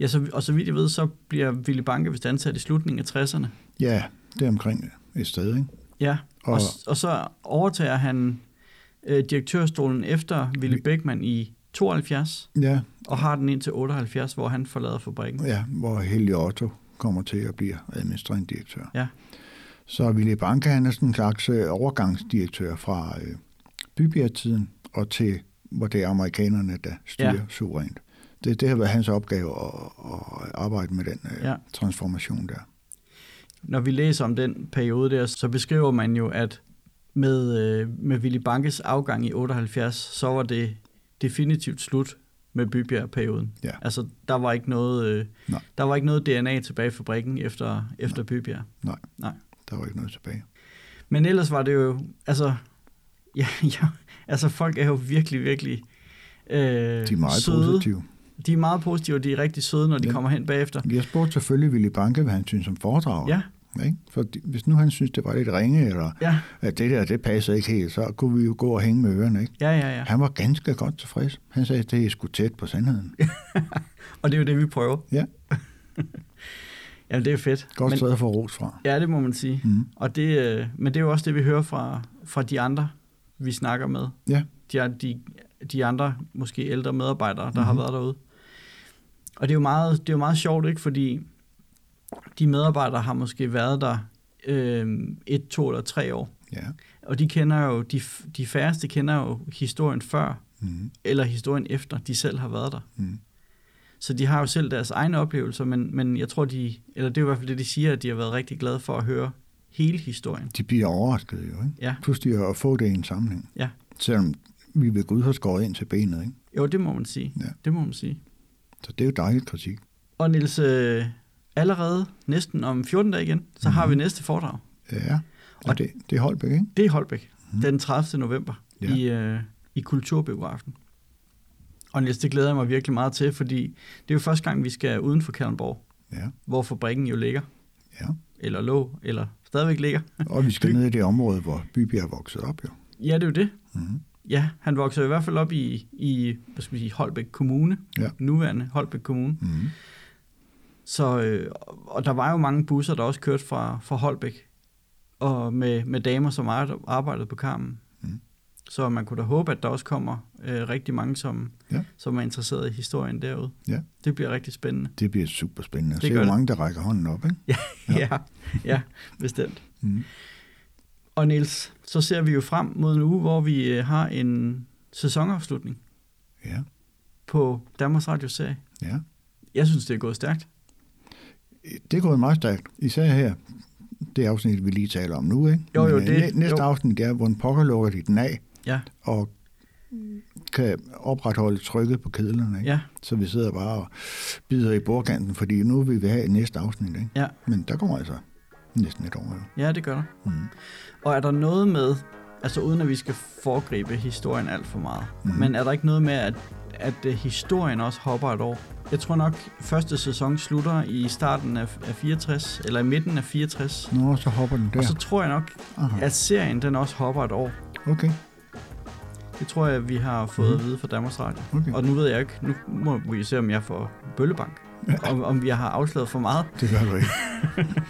Speaker 1: ja så, og så vidt jeg ved, så bliver Willy Banke vist ansat i slutningen af 60'erne.
Speaker 2: Ja, det er omkring et sted, ikke?
Speaker 1: Ja, og, og,
Speaker 2: Og-
Speaker 1: og så overtager han øh, direktørstolen efter Willy Beckmann i 72,
Speaker 2: Ja,
Speaker 1: og har den indtil 78, hvor han forlader fabrikken.
Speaker 2: ja hvor Helge Otto kommer til at blive administrerende direktør.
Speaker 1: Ja,
Speaker 2: Så Willy Banke, han er sådan en slags øh, overgangsdirektør fra øh, bybjergtiden og til, hvor det er amerikanerne, der styrer ja.
Speaker 1: Ja.
Speaker 2: suverænt. Det, det har været hans opgave at, at arbejde med den øh, ja.
Speaker 1: Ja.
Speaker 2: transformation der.
Speaker 1: Når vi læser om den periode der, så beskriver man jo, at med, øh, med Willy Bankes afgang i 78, så var det definitivt slut med Bybjerg-perioden.
Speaker 2: Ja.
Speaker 1: Altså, der var ikke noget, øh,
Speaker 2: Nej.
Speaker 1: der var ikke noget DNA tilbage i fabrikken efter, efter Bybjerg.
Speaker 2: Nej,
Speaker 1: Nej.
Speaker 2: der var ikke noget tilbage.
Speaker 1: Men ellers var det jo, altså, ja, ja, altså folk er jo virkelig, virkelig øh,
Speaker 2: De er meget
Speaker 1: søde.
Speaker 2: positive.
Speaker 1: De er meget positive, og de er rigtig søde, når de
Speaker 2: Ja.
Speaker 1: kommer hen bagefter.
Speaker 2: Jeg spurgte selvfølgelig Willy Banke, hvad han synes om foredraget.
Speaker 1: Ja,
Speaker 2: Ikke? For hvis nu han synes, det var lidt ringe, eller
Speaker 1: ja,
Speaker 2: at det der, det passer ikke helt, så kunne vi jo gå og hænge med ørerne. Ikke?
Speaker 1: ja, ja, ja.
Speaker 2: Han var ganske godt tilfreds. Han sagde, at det er sgu tæt på sandheden.
Speaker 1: Og det er jo det, vi prøver.
Speaker 2: Ja.
Speaker 1: Jamen, det er fedt.
Speaker 2: Godt
Speaker 1: men,
Speaker 2: sted at få ros fra.
Speaker 1: ja, det må man sige.
Speaker 2: Mm.
Speaker 1: Og det, øh, men det er jo også det, vi hører fra, fra de andre, vi snakker med.
Speaker 2: Ja.
Speaker 1: De, er- de, de andre, måske ældre medarbejdere, der mm-hmm. har
Speaker 2: Mhm.
Speaker 1: været derude. Og det er jo meget, det er jo meget sjovt, ikke? Fordi de medarbejdere har måske været der øh, et, to eller tre år.
Speaker 2: Ja.
Speaker 1: Og de kender jo, de, f- de færreste kender jo historien før,
Speaker 2: Mm.
Speaker 1: eller historien efter, de selv har været der.
Speaker 2: Mm.
Speaker 1: Så de har jo selv deres egne oplevelser, men, men jeg tror, de, eller det er i hvert fald det, de siger, at de har været rigtig glade for at høre hele historien.
Speaker 2: De bliver overrasket jo, ikke?
Speaker 1: Ja.
Speaker 2: Pludselig at få det i en sammenhæng.
Speaker 1: Ja.
Speaker 2: Selvom vi ved Gud har skåret ind til benet, ikke?
Speaker 1: Jo, det må man sige.
Speaker 2: Ja.
Speaker 1: Det må man sige.
Speaker 2: Så det er jo dejligt kritik.
Speaker 1: Og Niels, øh, allerede næsten om 14 dage igen, så mm. har vi
Speaker 2: Mhm.
Speaker 1: næste foredrag.
Speaker 2: Ja.
Speaker 1: Og-
Speaker 2: Og det, det er Holbæk, ikke?
Speaker 1: Det er i Holbæk, mm. den 30. november
Speaker 2: Mhm. Ja.
Speaker 1: i, øh, i Kulturbiografen. Og Niels, det glæder jeg mig virkelig meget til, fordi det er jo første gang, vi skal uden for Kalundborg,
Speaker 2: Ja.
Speaker 1: hvor fabrikken jo ligger,
Speaker 2: ja.
Speaker 1: eller lå, eller stadigvæk ligger.
Speaker 2: Og vi skal ned i det område, hvor Bybjerg er vokset op, jo.
Speaker 1: Ja, det er jo det.
Speaker 2: Mm.
Speaker 1: Ja, han voksede i hvert fald op i, i hvad skal vi sige, Holbæk Kommune,
Speaker 2: Ja.
Speaker 1: nuværende Holbæk Kommune.
Speaker 2: Mm.
Speaker 1: Så, øh, og der var jo mange busser, der også kørte fra, fra Holbæk, og med, med damer, som ar- arbejdede på Karmen.
Speaker 2: Mm.
Speaker 1: Så man kunne da håbe, at der også kommer øh, rigtig mange, som,
Speaker 2: Ja.
Speaker 1: som er interesseret i historien derude.
Speaker 2: Ja.
Speaker 1: Det bliver rigtig spændende.
Speaker 2: Det bliver super spændende. Se,
Speaker 1: gør
Speaker 2: hvor
Speaker 1: det.
Speaker 2: mange, der rækker hånden op, ikke?
Speaker 1: Ja, ja, ja bestemt.
Speaker 2: Mm.
Speaker 1: Og Niels, så ser vi jo frem mod en uge, hvor vi øh, har en sæsonafslutning
Speaker 2: Ja.
Speaker 1: på Danmarks Radio serie.
Speaker 2: Ja.
Speaker 1: Jeg synes, det er gået stærkt.
Speaker 2: Det er gået meget stærkt, især her. Det afsnit, vi lige taler om nu, ikke?
Speaker 1: Jo, jo,
Speaker 2: øh,
Speaker 1: det-
Speaker 2: næ- Næste
Speaker 1: jo.
Speaker 2: afsnit er, hvordan pokker lukker de den af,
Speaker 1: Ja,
Speaker 2: og kan opretholde trykket på kedlerne, ikke?
Speaker 1: ja,
Speaker 2: Så vi sidder bare og bider i bordkanten, fordi nu vil vi have et næste afsnit, ikke?
Speaker 1: Ja.
Speaker 2: Men der kommer altså næsten et år, jo.
Speaker 1: ja, det gør der.
Speaker 2: Mm.
Speaker 1: Og er der noget med, altså uden at vi skal foregribe historien alt for meget, mm. men er der ikke noget med, at, at øh, historien også hopper et år? Jeg tror nok, første sæson slutter i starten af, af 64, eller i midten af 64.
Speaker 2: Nå, så hopper den der.
Speaker 1: Og så tror jeg nok,
Speaker 2: Aha.
Speaker 1: at serien den også hopper et år.
Speaker 2: Okay,
Speaker 1: Det tror jeg, vi har fået at vide fra Danmarks Radio.
Speaker 2: okay.
Speaker 1: Og nu ved jeg ikke, nu må vi se, om jeg får bøllebank. Om, om vi har afsløret for meget.
Speaker 2: Det gør du ikke.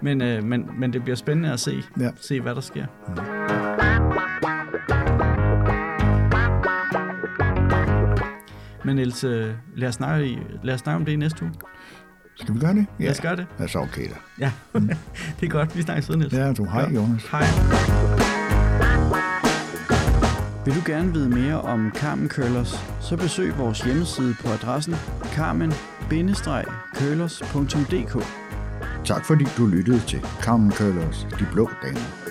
Speaker 1: Men, øh, men, men det bliver spændende at se,
Speaker 2: Ja. Mm.
Speaker 1: se hvad der sker. Men Niels, øh, lad os, snakke, i- lad os snakke om det i næste uge.
Speaker 2: Skal vi gøre det?
Speaker 1: Lad os gøre det.
Speaker 2: Ja, så okay da.
Speaker 1: Ja, det er godt. Vi snakkes ved, Niels.
Speaker 2: Ja, du. Hej, Jonas.
Speaker 1: Hej. Vil du gerne vide mere om Carmen Curlers, så besøg vores hjemmeside på adressen carmen-curlers.dk.
Speaker 2: Tak fordi du lyttede til Carmen Køllers De Blå Damer.